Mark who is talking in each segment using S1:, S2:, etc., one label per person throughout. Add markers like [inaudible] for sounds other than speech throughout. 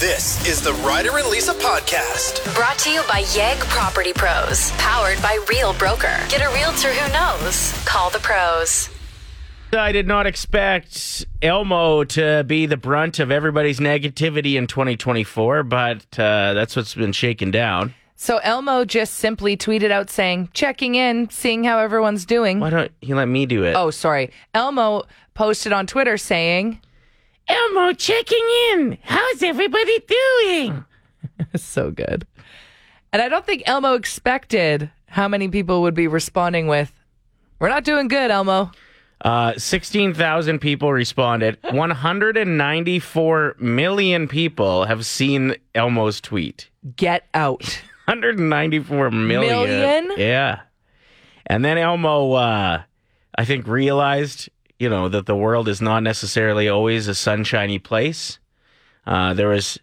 S1: This is the Ryder and Lisa podcast.
S2: Brought to you by Yegg Property Pros, powered by Real Broker. Get a realtor who knows. Call the pros.
S3: I did not expect Elmo to be the brunt of everybody's negativity in 2024, but uh, that's what's been shaken down.
S4: So Elmo just simply tweeted out saying, checking in, seeing how everyone's doing.
S3: Why don't you let me do it?
S4: Oh, sorry. Elmo posted on Twitter saying,
S3: Elmo checking in. How's everybody doing?
S4: so good. And I don't think Elmo expected how many people would be responding with, We're not doing good, Elmo.
S3: Uh, 16,000 people [laughs] responded. 194 million people have seen Elmo's tweet.
S4: Get out.
S3: 194 million.
S4: Million?
S3: Yeah. And then Elmo, uh, I think, realized, you know, that the world is not necessarily always a sunshiny place. Uh, there was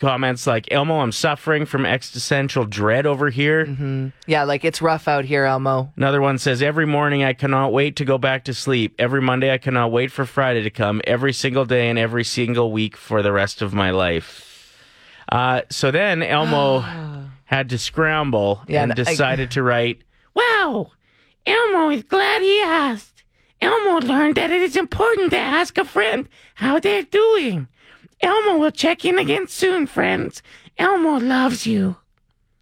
S3: comments like, Elmo, I'm suffering from existential dread over here.
S4: [laughs] yeah, like it's rough out here, Elmo.
S3: Another one says, Every morning I cannot wait to go back to sleep. Every Monday I cannot wait for Friday to come. Every single day and every single week for the rest of my life. Uh, so then Elmo [gasps] had to scramble
S4: Yeah,
S3: and
S4: and I-
S3: decided to write, [laughs] Wow, Elmo is glad he asked. Elmo learned that it is important to ask a friend how they're doing. Elmo will check in again soon, friends. Elmo loves you.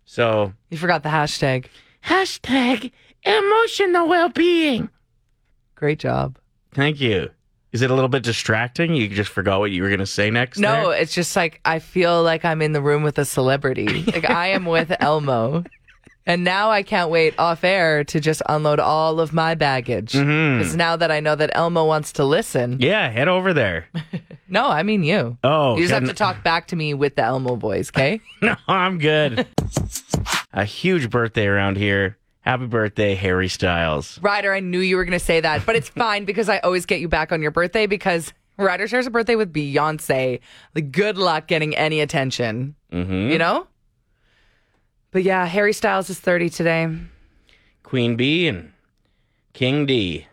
S3: So
S4: You forgot the hashtag.
S3: Hashtag emotional well being.
S4: Great job.
S3: Thank you. Is it a little bit distracting? You just forgot what you were going to say next?
S4: No,
S3: there?
S4: it's just like I feel like I'm in the room with
S3: [laughs]
S4: a celebrity. like I am with Elmo. And now I can't wait off air to just unload all of my baggage. Because now that I know that Elmo wants to listen,
S3: Mm-hmm. Yeah, head over there.
S4: no, I mean you.
S3: Oh,
S4: you just
S3: can-
S4: have to talk back to me with the Elmo voice, okay?
S3: [laughs] no, I'm good. a huge birthday around here. Happy birthday, Harry Styles.
S4: Ryder, I knew you were going to say that,
S3: [laughs]
S4: but it's fine because I always get you back on your birthday because Ryder shares a birthday with Beyonce. Like, good luck getting any attention,
S3: Mm-hmm.
S4: you know? But yeah, Harry Styles is 30 today.
S3: Queen B and King D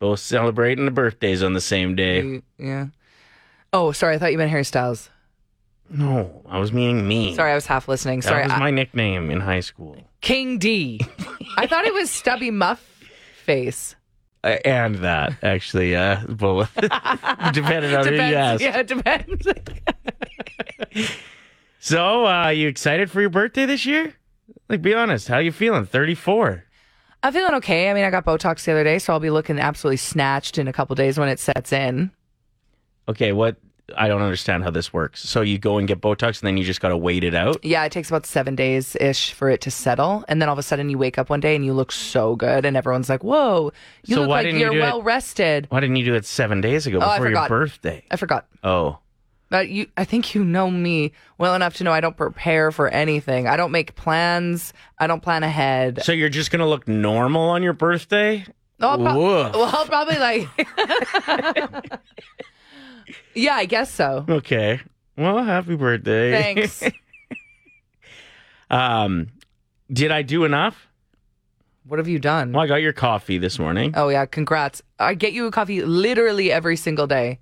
S3: both celebrating the birthdays on the same day.
S4: You- Yeah. Oh, sorry. I thought you meant Harry Styles.
S3: No, I was meaning me.
S4: Sorry, I was half listening.
S3: that
S4: Sorry.
S3: was
S4: I-
S3: my nickname in high school.
S4: King D. I thought it was Stubby Muff Face.
S3: Uh, and that actually, uh, both [laughs] depending on who you ask.
S4: Yeah, it depends. [laughs]
S3: So, uh, are you excited for your birthday this year? Like, be honest, how you feeling? 34.
S4: I'm feeling okay. I mean, I got Botox the other day, so I'll be looking absolutely snatched in a couple days when it sets in.
S3: Okay, what? I don't understand how this works. So, you go and get Botox and then you just got to wait it out?
S4: Yeah, it takes about seven days ish for it to settle, and then all of a sudden you wake up one day and you look so good, and everyone's like, "Whoa, you
S3: So
S4: look
S3: why
S4: like
S3: didn't you
S4: you're
S3: do it-
S4: well rested."
S3: Why didn't you do it seven days ago
S4: Oh, I
S3: before your
S4: forgot.
S3: birthday?
S4: I forgot.
S3: Oh,
S4: But you, I think you know me well enough to know I don't prepare for anything. I don't make plans. I don't plan ahead.
S3: so you're just going to look normal on your birthday?
S4: No, I'll prob-
S3: Woof.
S4: well, I'll probably like. [laughs] yeah, I guess so.
S3: Okay. Well, happy birthday.
S4: Thanks.
S3: [laughs] um, did I do enough?
S4: What have you done?
S3: Well, I got your coffee this morning.
S4: Oh yeah, congrats! I get you a coffee literally every single day.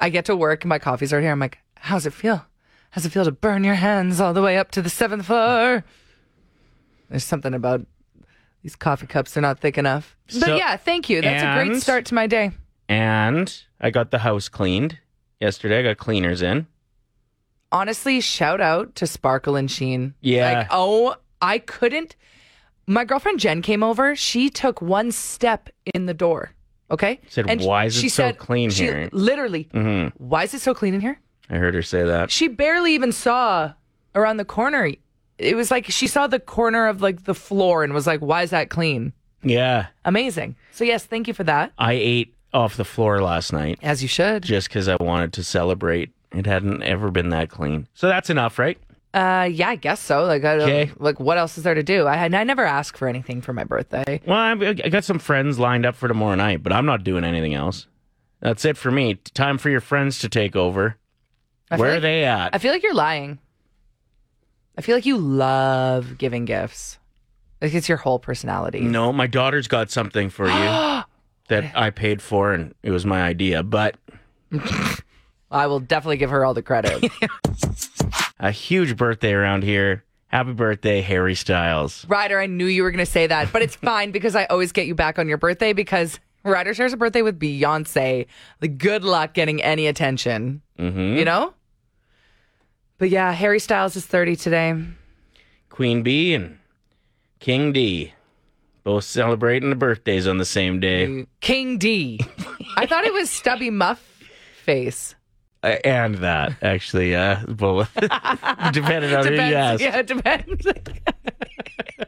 S4: I get to work, my coffees are here. I'm like, how's it feel? How's it feel to burn your hands all the way up to the seventh floor? There's something about these coffee cups; they're not thick enough. But
S3: So-
S4: yeah, thank you. That's a
S3: and-
S4: great start to my day.
S3: And I got the house cleaned yesterday. I got cleaners in.
S4: honestly, shout out to Sparkle and Sheen.
S3: Yeah.
S4: Like, oh, I couldn't. My girlfriend Jen came over. She took one step in the door. Okay.
S3: Said, "Why is it
S4: she
S3: so
S4: said-
S3: clean
S4: she
S3: here?"
S4: Literally,
S3: Mhm.
S4: why is it so clean in here?
S3: I heard her say that.
S4: She barely even saw around the corner. It was like she saw the corner of like the floor and was like, why is that clean?
S3: Yeah.
S4: Amazing. So, yes, thank you for that.
S3: I ate off the floor last night
S4: As you should.
S3: just because I wanted to celebrate. It hadn't ever been that clean. So that's enough, right?
S4: Uh, yeah, I guess so. Like, I don't,
S3: Okay.
S4: like, what else is there to do? I had, I never ask for anything for my birthday.
S3: Well, I I got some friends lined up for tomorrow night, but I'm not doing anything else. That's it for me. Time for your friends to take over.
S4: I feel
S3: Where are
S4: like-
S3: they at?
S4: I feel like you're lying. I feel like you love giving gifts. Like it's your whole personality.
S3: no, my daughter's got something for you that I paid for, and it was my idea, but
S4: I will definitely give her all
S3: [laughs]
S4: the credit.
S3: A huge birthday around here. Happy birthday, Harry Styles.
S4: Ryder, I knew you were going to say that, but it's fine because I always get you back on your birthday because Ryder shares a birthday with Beyonce. Like, good luck getting any attention,
S3: Mm-hmm.
S4: you know? But yeah, Harry Styles is 30 today.
S3: Queen B and King D both celebrating the birthdays on the same
S4: Mm.
S3: day. [laughs]
S4: King D. I thought it was Stubby Muff Face.
S3: Uh, and that, actually. Uh, [laughs] well, depending on who you
S4: Depends.
S3: ask.
S4: Yeah, it depends. [laughs]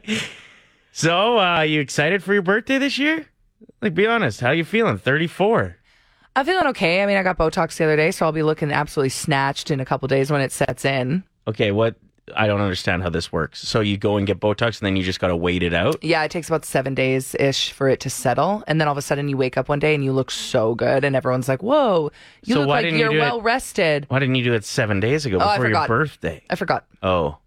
S3: So, uh, you excited for your birthday this year? Like, be honest. How you feeling? 34.
S4: I'm feeling okay. I mean, I got Botox the other day, so I'll be looking absolutely snatched in a couple days when it sets in.
S3: Okay, what? I don't understand how this works. So you go and get Botox, and then you just gotta wait it out.
S4: Yeah, it takes about seven days ish for it to settle, and then all of a sudden you wake up one day and you look so good, and everyone's like, "Whoa, you
S3: So
S4: look
S3: why
S4: like
S3: didn't you
S4: you're
S3: do it-
S4: well rested."
S3: Why didn't you do it seven days ago
S4: Oh, I
S3: before your
S4: forgot. Uh,
S3: birthday?
S4: I forgot.
S3: Oh,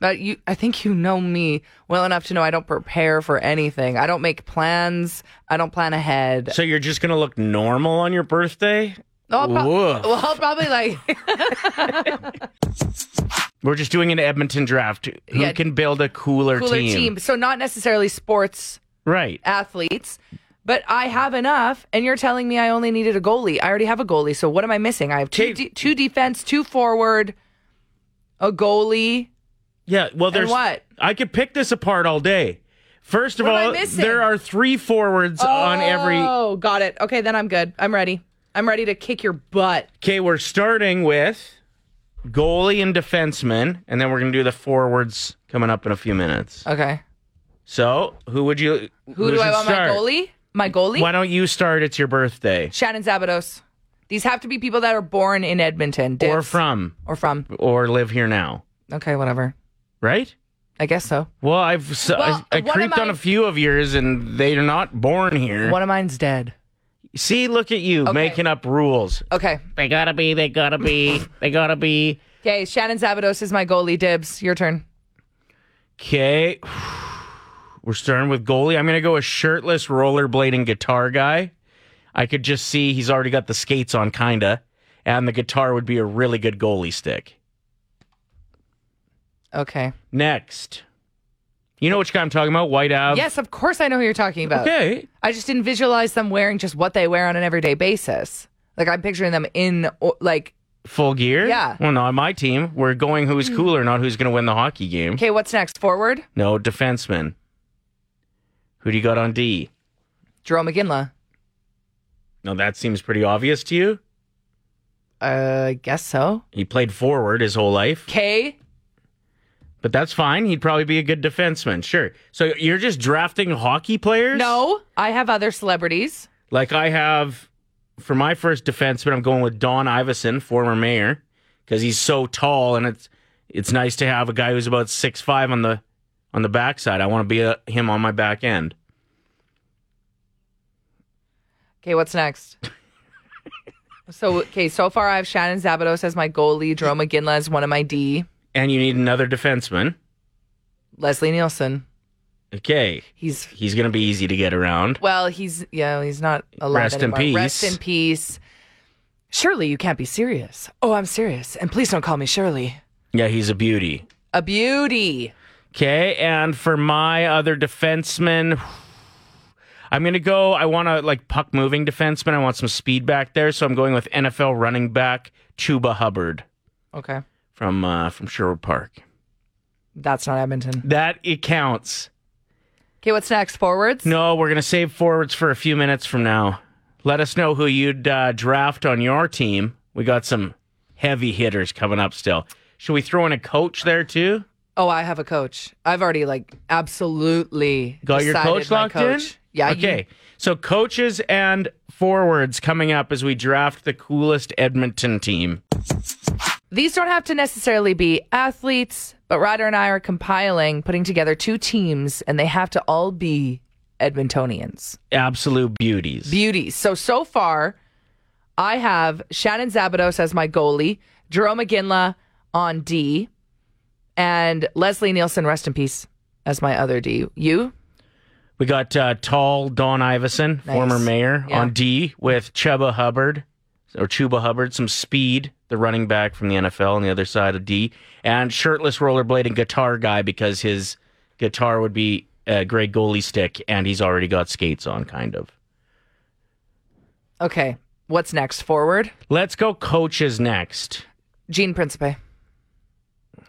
S4: But you, I think you know me well enough to know I don't prepare for anything. I don't make plans. I don't plan ahead.
S3: so you're just gonna look normal on your birthday?
S4: Oh, I'll prob-
S3: Woof.
S4: well, I'll probably like [laughs]
S3: We're just doing an Edmonton draft. Who
S4: Yeah.
S3: can build a cooler,
S4: cooler team. So not necessarily sports
S3: Right.
S4: athletes, but I have enough. And you're telling me I only needed a goalie. I already have a goalie. So what am I missing? I have two,
S3: Okay.
S4: de- two defense, two forward, a goalie.
S3: Yeah. Well, there's
S4: what?
S3: I could pick this apart all day. First of
S4: What am I
S3: all,
S4: missing?
S3: there are three forwards on every.
S4: Oh, got it. Okay, then I'm good. I'm ready. I'm ready to kick your butt.
S3: Okay, we're starting with goalie and defenseman, and then we're gonna do the forwards coming up in a few minutes.
S4: Okay.
S3: So, who would you?
S4: Who do I
S3: should
S4: want
S3: start?
S4: my goalie? My goalie?
S3: Why don't you start? It's your birthday,
S4: Shannon Zabados. These have to be people that are born in Edmonton.
S3: or
S4: Dibs.
S3: from,
S4: Or from.
S3: or live here now,
S4: Okay, whatever.
S3: right?
S4: I guess so.
S3: Well, I've s I
S4: Well,
S3: I, I
S4: one of
S3: creeped on
S4: my-
S3: a few of yours, and they're not born here.
S4: One of mine's dead.
S3: See, look at you making up rules.
S4: Okay.
S3: They gotta be. They gotta be. they gotta be.
S4: Okay, Shannon Zabados is my goalie. Dibs, your turn.
S3: Okay. We're starting with goalie. I'm going to go a shirtless rollerblading guitar guy. I could just see he's already got the skates on, kind of. And the guitar would be a really good goalie stick.
S4: Okay.
S3: Next. You know which guy I'm talking about? White Ave.
S4: yes, of course I know who you're talking about.
S3: Okay.
S4: I just didn't visualize them wearing just what they wear on an everyday basis. Like I'm picturing them in o- like
S3: Full gear?
S4: Yeah.
S3: Well, no, on my team, we're going who's cooler, not who's going to win the hockey game.
S4: okay, what's next? Forward?
S3: No, defenseman. Who do you got on D?
S4: Jerome McGinley.
S3: Now, that seems pretty obvious to you.
S4: Uh, I guess so.
S3: He played forward his whole life.
S4: K.
S3: But that's fine. He'd probably be a good defenseman. Sure. So you're just drafting hockey players?
S4: No, I have other celebrities.
S3: Like I have for my first defenseman, I'm going with Don Iverson, former mayor, because he's so tall, and it's it's nice to have a guy who's about six five on the on the backside. I want to be a, him on my back end.
S4: Okay, what's next? so okay, so far I have Shannon Zabados as my goalie, Jerome McGinley as one of my D,
S3: And you need another defenseman.
S4: Leslie Nielsen.
S3: Okay,
S4: He's
S3: he's gonna be easy to get around.
S4: well, he's yeah, he's not alive
S3: Rest in
S4: anymore. Rest
S3: peace.
S4: in peace. Shirley, you can't be serious. Oh, I'm serious, and please don't call me Shirley.
S3: Yeah, he's a beauty.
S4: A beauty.
S3: Okay, and for my other defenseman, I'm gonna go. I want to like puck moving defenseman. I want some speed back there, so I'm going with NFL running back Chuba Hubbard
S4: Okay,
S3: from uh, from Sherwood Park.
S4: that's not Edmonton.
S3: That it counts.
S4: Okay, what's next? Forwards.
S3: No, we're gonna save forwards for a few minutes from now. Let us know who you'd uh, draft on your team. We got some heavy hitters coming up still. Should we throw in a coach there too?
S4: Oh, I have a coach. I've already like absolutely
S3: Got your
S4: decided
S3: coach
S4: my
S3: locked
S4: coach.
S3: in?
S4: Yeah. you-
S3: Okay. So coaches and forwards coming up as we draft the coolest Edmonton team.
S4: These don't have to necessarily be athletes, but Ryder and I are compiling, putting together two teams, and they have to all be Edmontonians.
S3: Absolute beauties.
S4: Beauties. So, so far, I have Shannon Zabados as my goalie, Jerome McGinley on D, and Leslie Nielsen, rest in peace, as my other D. You?
S3: we got uh, tall Don Iverson, former mayor,
S4: Yeah.
S3: on D with Chuba Hubbard, or Chuba Hubbard, some speed, the running back from the NFL on the other side of D, and shirtless rollerblading guitar guy because his guitar would be a great goalie stick and he's already got skates on, kind of.
S4: Okay. What's next? Forward?
S3: Let's go coaches next.
S4: Gene Principe.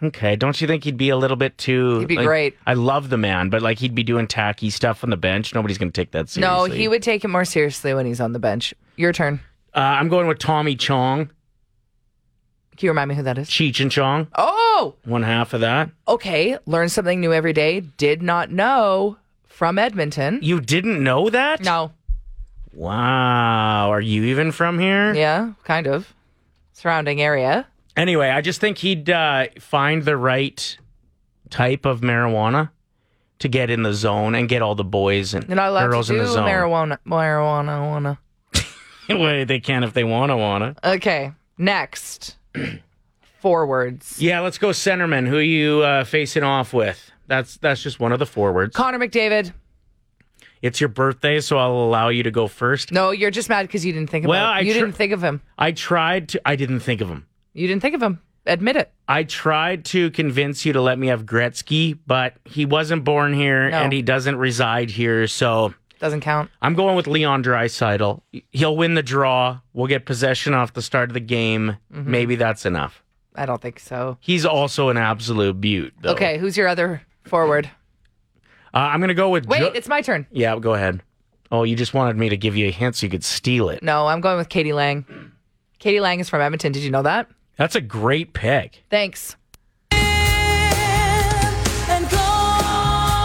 S3: Okay, don't you think he'd be a little bit too?
S4: He'd be
S3: like,
S4: great.
S3: I love the man, but like he'd be doing tacky stuff on the bench. Nobody's gonna take that
S4: No,
S3: seriously.
S4: he would take it more seriously when he's on the bench. Your turn.
S3: Uh, I'm going with Tommy Chong,
S4: Can you remind me who that is?
S3: Cheech and Chong.
S4: Oh,
S3: One half of that.
S4: okay. Learn something new every day. Did not know from Edmonton.
S3: You didn't know that?
S4: No.
S3: Wow. Are you even from here?
S4: Yeah, kind of. Surrounding area.
S3: Anyway, I just think he'd uh, find the right type of marijuana to get in the zone and get all the boys and
S4: You're not allowed
S3: girls
S4: to do
S3: in the zone.
S4: marijuana. Marijuana. Wanna.
S3: [laughs] Well, they can if they wanna wanna.
S4: Okay.
S3: [clears throat]
S4: Next. Forwards.
S3: Yeah, let's go centerman. Who you uh, facing off with? That's that's just one of the forwards.
S4: Connor McDavid.
S3: It's your birthday, so I'll allow you to go first.
S4: No, you're just mad because you didn't think
S3: Well,
S4: about
S3: I
S4: him. You
S3: tr-
S4: didn't think of him.
S3: I tried to. I didn't think of him.
S4: You didn't think of him. Admit it.
S3: I tried to convince you to let me have Gretzky, but he wasn't born here
S4: No.
S3: and he doesn't reside here. So
S4: Doesn't count.
S3: I'm going with Leon Dreisidel. He'll win the draw. We'll get possession off the start of the game.
S4: Mm-hmm.
S3: Maybe that's enough.
S4: I don't think so.
S3: He's also an absolute beaut. Though.
S4: Okay, who's your other forward?
S3: Uh, I'm gonna go with.
S4: Wait,
S3: Jo-
S4: it's my turn.
S3: yeah, go ahead. Oh, you just wanted me to give you a hint so you could steal it.
S4: No, I'm going with Katie Lang. Katie Lang is from Edmonton. Did you know that?
S3: That's a great pick.
S4: Thanks.
S5: And constant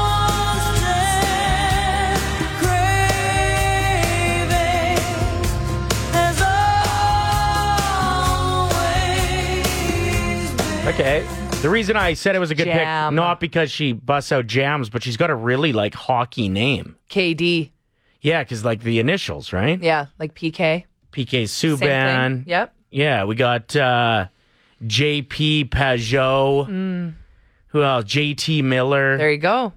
S5: craving has always been.
S3: Okay. The reason I said it was a good
S4: Jam.
S3: pick, not because she busts out jams, but she's got a really like hockey name.
S4: KD.
S3: Yeah, because like the initials, right?
S4: Yeah, like PK.
S3: PK
S4: Same
S3: Subban.
S4: thing. Yep.
S3: Yeah, we got uh, JP Pajot.
S4: Mm.
S3: Who else? JT Miller.
S4: There you go.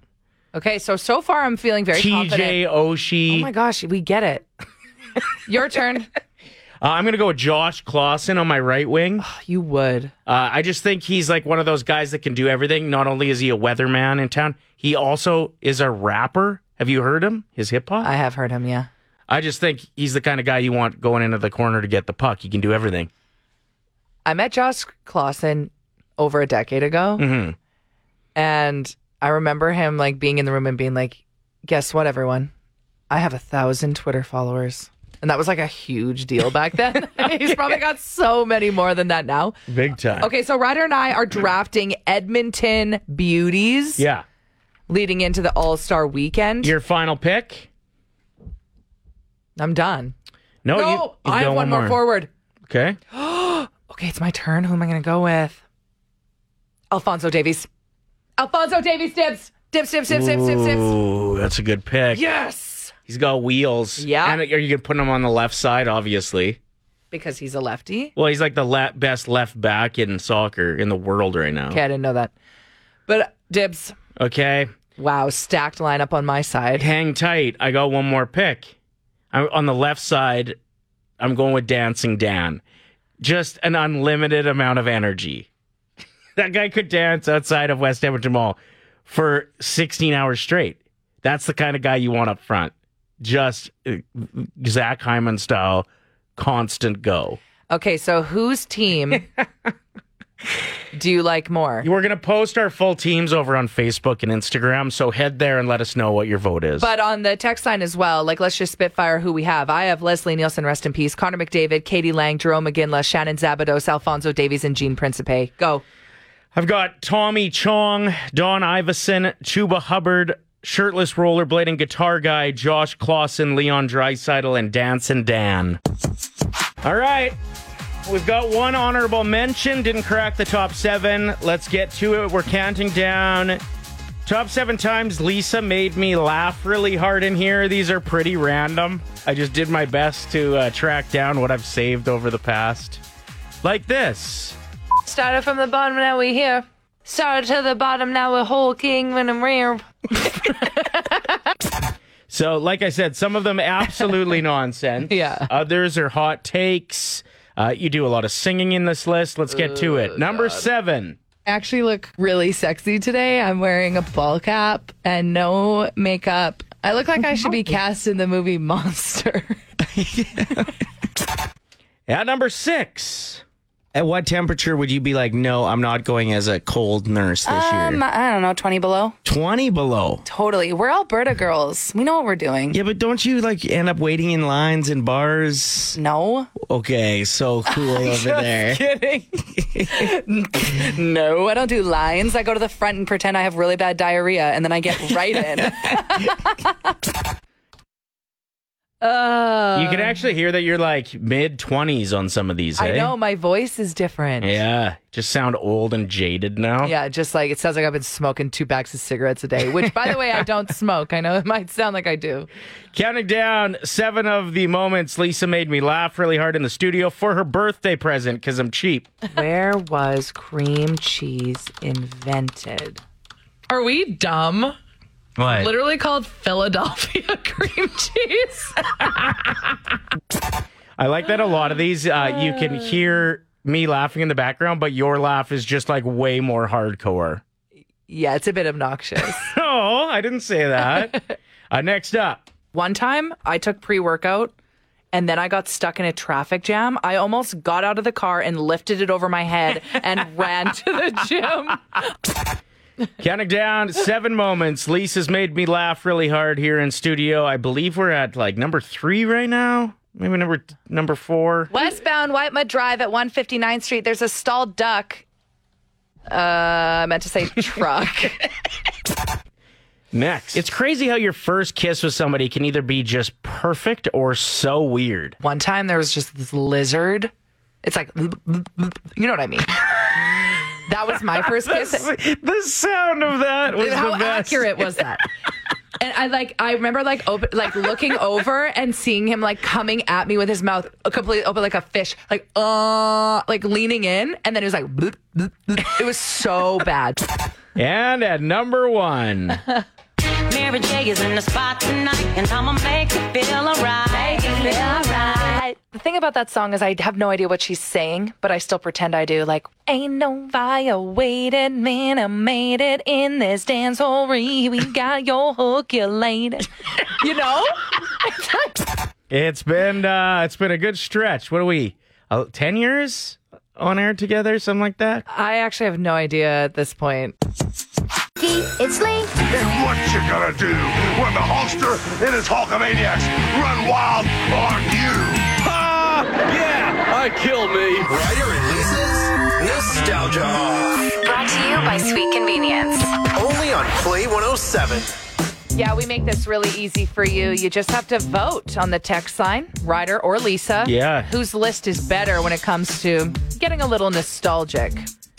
S4: Okay, so so far I'm feeling very confident.
S3: TJ
S4: Oh
S3: Oshie.
S4: my gosh, we get it. your turn.
S3: uh, I'm going to go with Josh Clausen on my right wing.
S4: [laughs] You would.
S3: Uh, I just think he's like one of those guys that can do everything. Not only is he a weatherman in town, he also is a rapper. Have you heard him? His hip hop?
S4: I have heard him, yeah.
S3: I just think he's the kind of guy you want going into the corner to get the puck. He can do everything.
S4: I met Josh Clausen over a decade ago.
S3: Mhm.
S4: And I remember him like being in the room and being like, guess what, everyone? I have a thousand Twitter followers. And that was like a huge deal back [laughs] then. He's probably got so many more than that now.
S3: Big time.
S4: Okay, so Ryder and I are drafting Edmonton beauties
S3: Yeah.
S4: leading into the All Star weekend.
S3: Your final pick?
S4: I'm done.
S3: No, Oh, you-
S4: no,
S3: you
S4: I have
S3: got
S4: one, more forward.
S3: Okay.
S4: Okay, it's my turn. Who am I going to go with? Alfonso Davies. Alfonso Davies Dibs. Dibs, dibs, dibs, dibs, dibs, dibs.
S3: Ooh, that's a good pick.
S4: Yes.
S3: He's got wheels.
S4: Yeah.
S3: And are you gonna put him on the left side? Obviously.
S4: Because he's a lefty.
S3: Well, he's like the le- best left back in soccer in the world right now.
S4: Okay, I didn't know that. But Dibs.
S3: Okay.
S4: Wow, stacked lineup on my side.
S3: Hang tight. I got one more pick. I'm on the left side. I'm going with Dancing Dan. Just an unlimited amount of energy. [laughs] that guy could dance outside of West Edmonton Mall for 16 hours straight. That's the kind of guy you want up front. Just uh, Zach Hyman style, constant go.
S4: Okay, so whose team do you like more?
S3: We're going to post our full teams over on Facebook and Instagram. So head there and let us know what your vote is.
S4: But on the text line as well, like let's just spitfire who we have. I have Leslie Nielsen, rest in peace, Connor McDavid, Katie Lang, Jerome McGinley, Shannon Zabados, Alfonso Davies, and Gene Principe. Go.
S3: I've got Tommy Chong, Don Iverson, Chuba Hubbard, shirtless rollerblading guitar guy, Josh Clausen, Leon Dreisidel, and Dancin' Dan. All right. We've got one honorable mention. Didn't crack the top seven. Let's get to it. We're counting down. Top seven times Lisa made me laugh really hard in here. These are pretty random. I just did my best to uh, track down what I've saved over the past. Like this.
S4: Started from the bottom, now we here. Started to the bottom, now we're whole king when I'm rear. [laughs]
S3: So, like I said, some of them absolutely nonsense.
S4: Yeah.
S3: Others are hot takes. Uh, you do a lot of singing in this list. Let's get to it. Number seven.
S6: actually look really sexy today. I'm wearing a ball cap and no makeup. I look like I should be cast in the movie Monster. [laughs]
S3: At number six.
S7: At what temperature would you be like, no, I'm not going as a cold nurse this
S6: Um,
S4: uh,
S7: year?
S6: I don't know, 20 below.
S7: 20 below.
S6: Totally. We're Alberta girls. We know what we're doing.
S7: Yeah, but don't you like end up waiting in lines in bars?
S6: No.
S7: Okay,
S4: [laughs]
S7: so cool over
S6: Eh?
S7: there.
S6: Kidding. [laughs] no, I don't do lines. I go to the front and pretend I have really bad diarrhea and then I get right [laughs] in. Uh,
S3: you can actually hear that you're like mid 20s on some of these.
S4: I
S3: eh?
S4: know my voice is different.
S3: Yeah. Just sound old and jaded now.
S4: Yeah, just like it sounds like I've been smoking two packs of cigarettes a day, which, by the way, I [laughs] don't smoke. I know it might sound like I do.
S3: Counting down seven of the moments Lisa made me laugh really hard in the studio for her birthday present because I'm cheap.
S4: Where was cream cheese invented?
S8: Are we dumb?
S3: What?
S8: Literally called
S4: [laughs]
S8: Philadelphia cream cheese.
S3: I like that a lot of these, uh, you can hear me laughing in the background, but your laugh is just like way more hardcore.
S4: Yeah, it's a bit obnoxious.
S3: Oh, I didn't say that. [laughs] uh, next up.
S4: [laughs] One time I took pre workout and then I got stuck in a traffic jam. I almost got out of the car and lifted it over my head and ran to the gym.
S3: Counting down seven moments. Lisa's made me laugh really hard here in studio. I believe we're at like number three right now. Maybe number number four.
S6: Westbound White Mud Drive at 159th Street, there's a stalled duck. Uh, I meant to [laughs] say truck.
S3: Next. It's crazy how your first kiss with somebody can either be just perfect or so weird.
S4: One time there was just this lizard. It's like, you know what I mean? That
S6: [laughs]
S4: was my first
S3: [laughs]
S4: kiss.
S3: the sound of that was
S8: How
S3: the best.
S8: accurate was that?
S6: And I like I remember like open like looking over and seeing him like coming at me with his mouth completely open like a fish, like uh like leaning in, and then it was like [laughs] bloop, bloop, bloop. it was so bad.
S3: And at number one,
S4: [laughs]
S5: Mary J is in the spot tonight, and I'ma make you feel alright.
S6: The thing about that song is I have no idea what she's saying, but I still pretend I do. Like ain't no violated man I made it in this dance hole. We got your hook, you lady.
S4: [laughs]
S6: You know?
S3: it's been uh, it's been a good stretch. What are we? Uh, Ten years on air together, something like that.
S4: I actually have no idea at this point.
S9: It's Link.
S10: And what you gonna do when the Hulkster and his Hulkamaniacs run wild on you?
S1: Ah, yeah, I kill me. Ryder and Lisa's Nostalgia Off.
S2: Brought to you by Sweet Convenience.
S1: Only on Play 107.
S4: Yeah, we make this really easy for you. You just have to vote on the text line, Ryder or Lisa.
S3: Yeah.
S4: Whose list is better when it comes to getting a little nostalgic?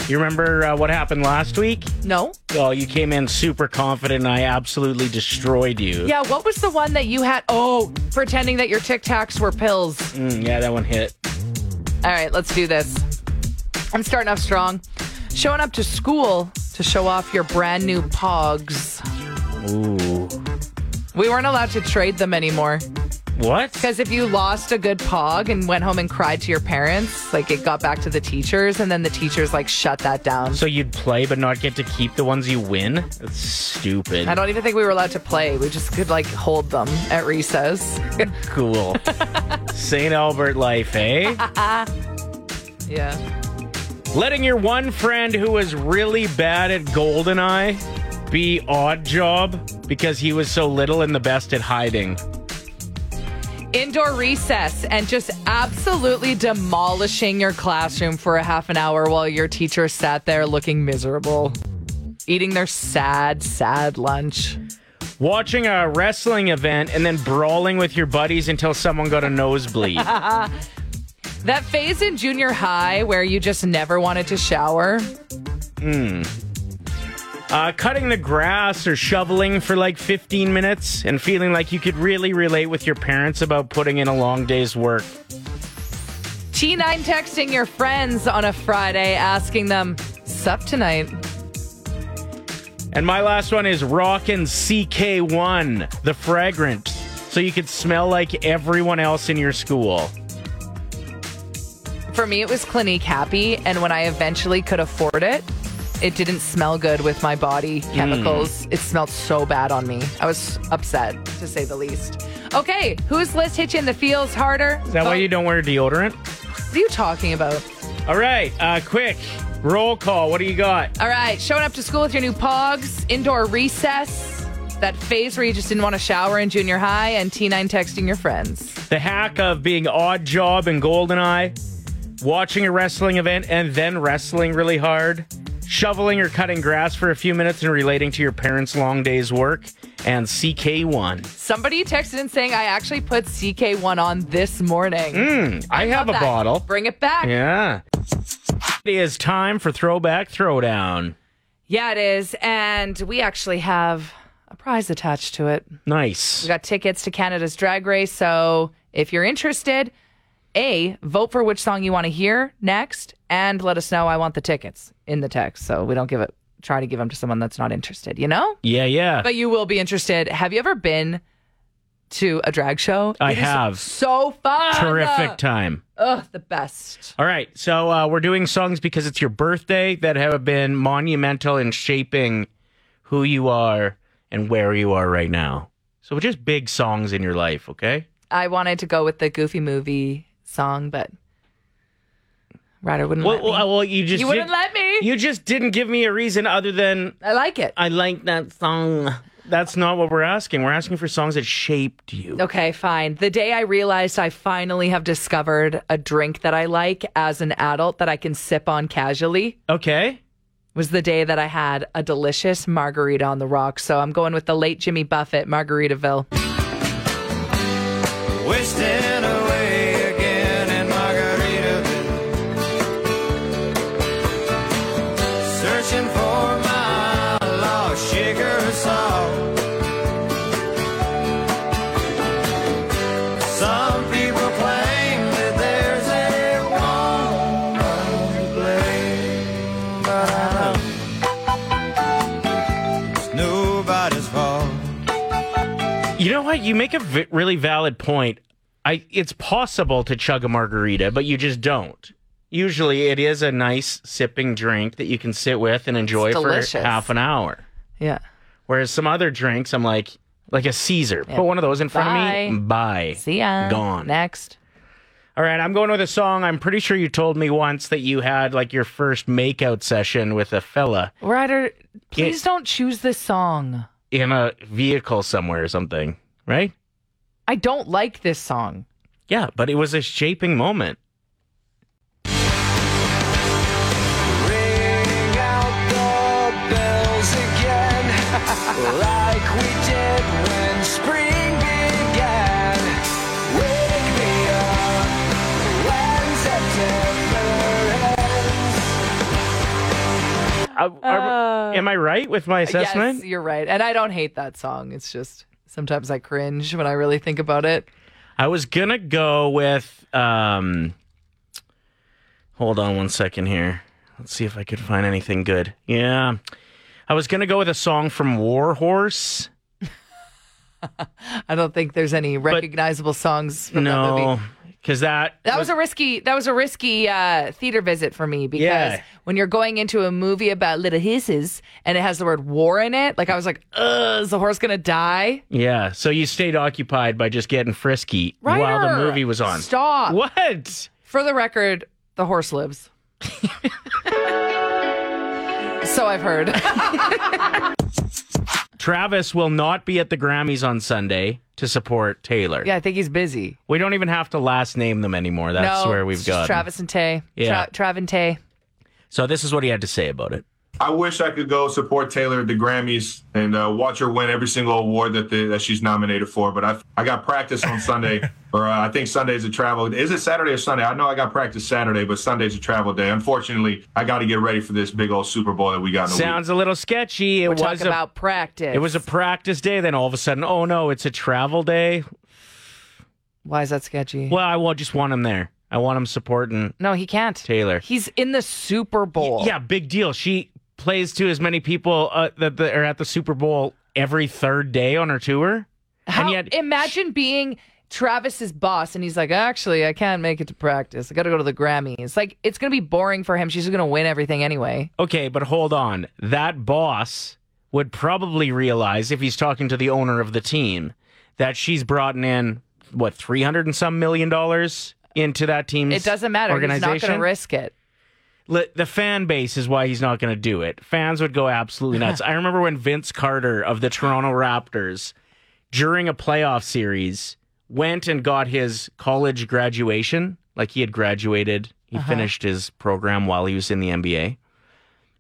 S3: You remember uh, what happened last week?
S4: No?
S3: Oh, you came in super confident, and I absolutely destroyed you.
S4: Yeah, what was the one that you had? Oh, pretending that your Tic Tacs were pills.
S3: Mm, yeah, that one hit.
S4: All right, let's do this. I'm starting off strong. Showing up to school to show off your brand new pogs.
S3: Ooh,
S4: We weren't allowed to trade them anymore.
S3: what?
S4: Because if you lost a good pog and went home and cried to your parents, like it got back to the teachers, and then the teachers like shut that down.
S3: So you'd play but not get to keep the ones you win? That's stupid.
S4: I don't even think we were allowed to play. We just could like hold them at recess. [laughs]
S3: cool. St. Albert life, eh?
S4: Yeah.
S3: Letting your one friend who was really bad at Goldeneye be odd job because he was so little and the best at hiding.
S4: Indoor recess and just absolutely demolishing your classroom for a half an hour while your teacher sat there looking miserable, eating their sad, sad lunch.
S3: Watching a wrestling event and then brawling with your buddies until someone got a nosebleed.
S4: That phase in junior high where you just never wanted to shower.
S3: Uh, cutting the grass or shoveling for like 15 minutes and feeling like you could really relate with your parents about putting in a long day's work.
S4: T9 texting your friends on a Friday asking them, Sup tonight?
S3: And my last one is Rockin' CK1, the fragrant, so you could smell like everyone else in your school.
S4: For me, it was Clinique Happy, and when I eventually could afford it, it didn't smell good with my body
S3: Hmm.
S4: chemicals. It smelled so bad on me. I was upset, to say the least. Okay, whose list hit you in the feels harder?
S3: Is that why you don't wear deodorant?
S4: What are you talking about?
S3: All right, uh, quick roll call. What do you got?
S4: All right, showing up to school with your new pogs, indoor recess, that phase where you just didn't want to shower in junior high, and T9 texting your friends.
S3: The hack of being odd job and Goldeneye, watching a wrestling event and then wrestling really hard, shoveling or cutting grass for a few minutes and relating to your parents' long day's work, and CK1.
S4: Somebody texted in saying, I actually put CK1 on this morning.
S3: I, Hmm. have a
S4: Love that.
S3: bottle.
S4: Bring it back.
S3: Yeah. It is time for Throwback Throwdown.
S4: Yeah, it is. And we actually have a prize attached to it. We
S3: Nice.
S4: got tickets to Canada's Drag Race. So if you're interested, A, vote for which song you want to hear next and let us know I want the tickets in the text. So we don't give it, try to give them to someone that's not interested, you know?
S3: Yeah, yeah.
S4: But you will be interested. Have you ever been to a drag show?
S3: I
S4: It is
S3: have.
S4: So fun.
S3: Uh, Terrific time.
S4: Ugh, the best.
S3: All right. So uh, we're doing songs because it's your birthday that have been monumental in shaping who you are and where you are right now. So just big songs in your life, okay?
S4: I wanted to go with the Goofy Movie song, but Ryder wouldn't
S3: Well,
S4: let me.
S3: well, uh well, you just
S4: you wouldn't
S3: did-
S4: let me.
S3: You just didn't give me a reason other than
S4: I like it.
S3: I like that song. That's not what we're asking. We're asking for songs that shaped you.
S4: Okay, fine. The day I realized I finally have discovered a drink that I like as an adult that I can sip on casually
S3: Okay.
S4: was the day that I had a delicious margarita on the rocks. So I'm going with the late Jimmy Buffett, Margaritaville.
S1: Wasting away again in Margaritaville. Searching for my lost sugar salt. Some people claim that there's a woman to blame, but I know it's nobody's fault.
S3: You know what? You make a v- really valid point. I it's possible to chug a margarita, but you just don't. Usually, it is a nice sipping drink that you can sit with and enjoy for
S4: delicious.
S3: half an hour.
S4: Yeah.
S3: Whereas some other drinks, I'm like, like a Caesar. Put one of those in front of me. Bye.
S4: See ya.
S3: Gone.
S4: Next.
S3: All right, I'm going with a song. I'm pretty sure you told me once that you had like your first makeout session with a fella
S4: Ryder, please don't choose this song.
S3: in a vehicle somewhere or something, right?
S4: I don't like this song.
S3: Yeah, but it was a shaping moment.
S1: Ring out the bells again, [laughs] like we did when spring began. Wake me up when September ends.
S3: Uh, are- am I right with my assessment?
S4: Yes, you're right. And I don't hate that song. It's just sometimes I cringe when I really think about it.
S3: I was gonna go with um hold on one second here. Let's see if I could find anything good. Yeah. I was gonna go with a song from Warhorse.
S4: I don't think there's any recognizable songs from that movie.
S3: No. Cause that
S4: That was a risky. That was a risky uh, theater visit for me because
S3: Yeah.
S4: when you're going into a movie about little hisses and it has the word war in it, like I was like, "Ugh, is the horse gonna die?"
S3: Yeah. So you stayed occupied by just getting frisky while the
S4: Ryder,
S3: movie was on.
S4: Stop.
S3: What?
S4: For the record, the horse lives. [laughs] so I've heard. [laughs]
S3: Travis will not be at the Grammys on Sunday to support Taylor.
S4: yeah, I think he's busy.
S3: We don't even have to last name them anymore. That's
S4: no,
S3: where we've
S4: it's just
S3: got.
S4: Travis and Tay.
S3: Yeah.
S4: Tra- Trav and Tay.
S3: So this is what he had to say about it.
S11: I wish I could go support Taylor at the Grammys and uh, watch her win every single award that the, that she's nominated for. But I I got practice on Sunday, or uh, I think Sunday's a travel. Is it Saturday or Sunday? I know I got practice Saturday, but Sunday's a travel day. Unfortunately, I got to get ready for this big old Super Bowl that we got. In the week.
S3: Sounds a little sketchy. It
S4: We're
S3: was
S4: talking
S3: a,
S4: about practice.
S3: it was a practice day. Then all of a sudden, oh no, it's a travel day.
S4: Why is that sketchy?
S3: Well, I will just want him there. I want him supporting
S4: No, he can't.
S3: Taylor.
S4: He's in the Super Bowl.
S3: Yeah, big deal. She plays to as many people uh, that that are at the Super Bowl every third day on her tour.
S4: How,
S3: yet-
S4: imagine being Travis's boss and he's like, actually, I can't make it to practice. I got to go to the Grammys. Like, it's going to be boring for him. She's going to win everything anyway.
S3: Okay, but hold on. That boss would probably realize if he's talking to the owner of the team that she's brought in what 300 and some million dollars into that team's
S4: It doesn't matter. He's not
S3: Organization.
S4: going to risk it.
S3: Li- the fan base is why he's not going to do it. Fans would go absolutely nuts. I remember when Vince Carter of the Toronto Raptors, during a playoff series, went and got his college graduation. Like he had graduated, he finished his program while he was in the NBA.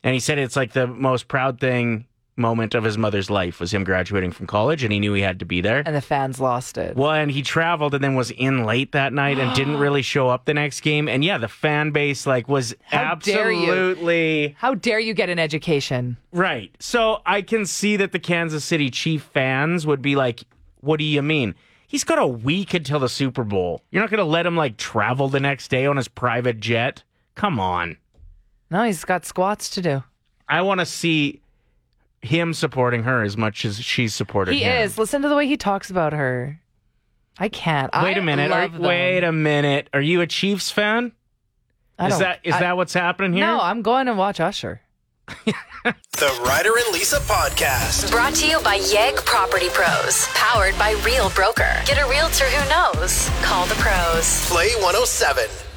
S3: And he said it's like the most proud thing moment of his mother's life was him graduating from college, and he knew he had to be there.
S4: And the fans lost it.
S3: Well, and he traveled and then was in late that night and
S4: [gasps]
S3: didn't really show up the next game. And yeah, the fan base like was
S4: How dare you.
S3: absolutely
S4: How dare you get an education?
S3: right. So I can see that the Kansas City Chief fans would be like, "What do you mean? He's got a week until the Super Bowl. You're not going to let him like travel the next day on his private jet? Come on."
S4: No, he's got squats to do.
S3: I want to see him supporting her as much as she's supported
S4: He
S3: him.
S4: is. Listen to the way he talks about her. I can't.
S3: Wait
S4: a
S3: a minute. Are, wait a minute. Are you a Chiefs fan?
S4: I
S3: is
S4: don't-
S3: that is
S4: I-
S3: that what's happening here?
S4: No, I'm going to watch Usher.
S12: The Ryder and Lisa podcast.
S2: Brought to you by Yegg Property Pros, powered by Real Broker. Get a realtor who knows. Call the pros.
S1: oh
S12: Play 107.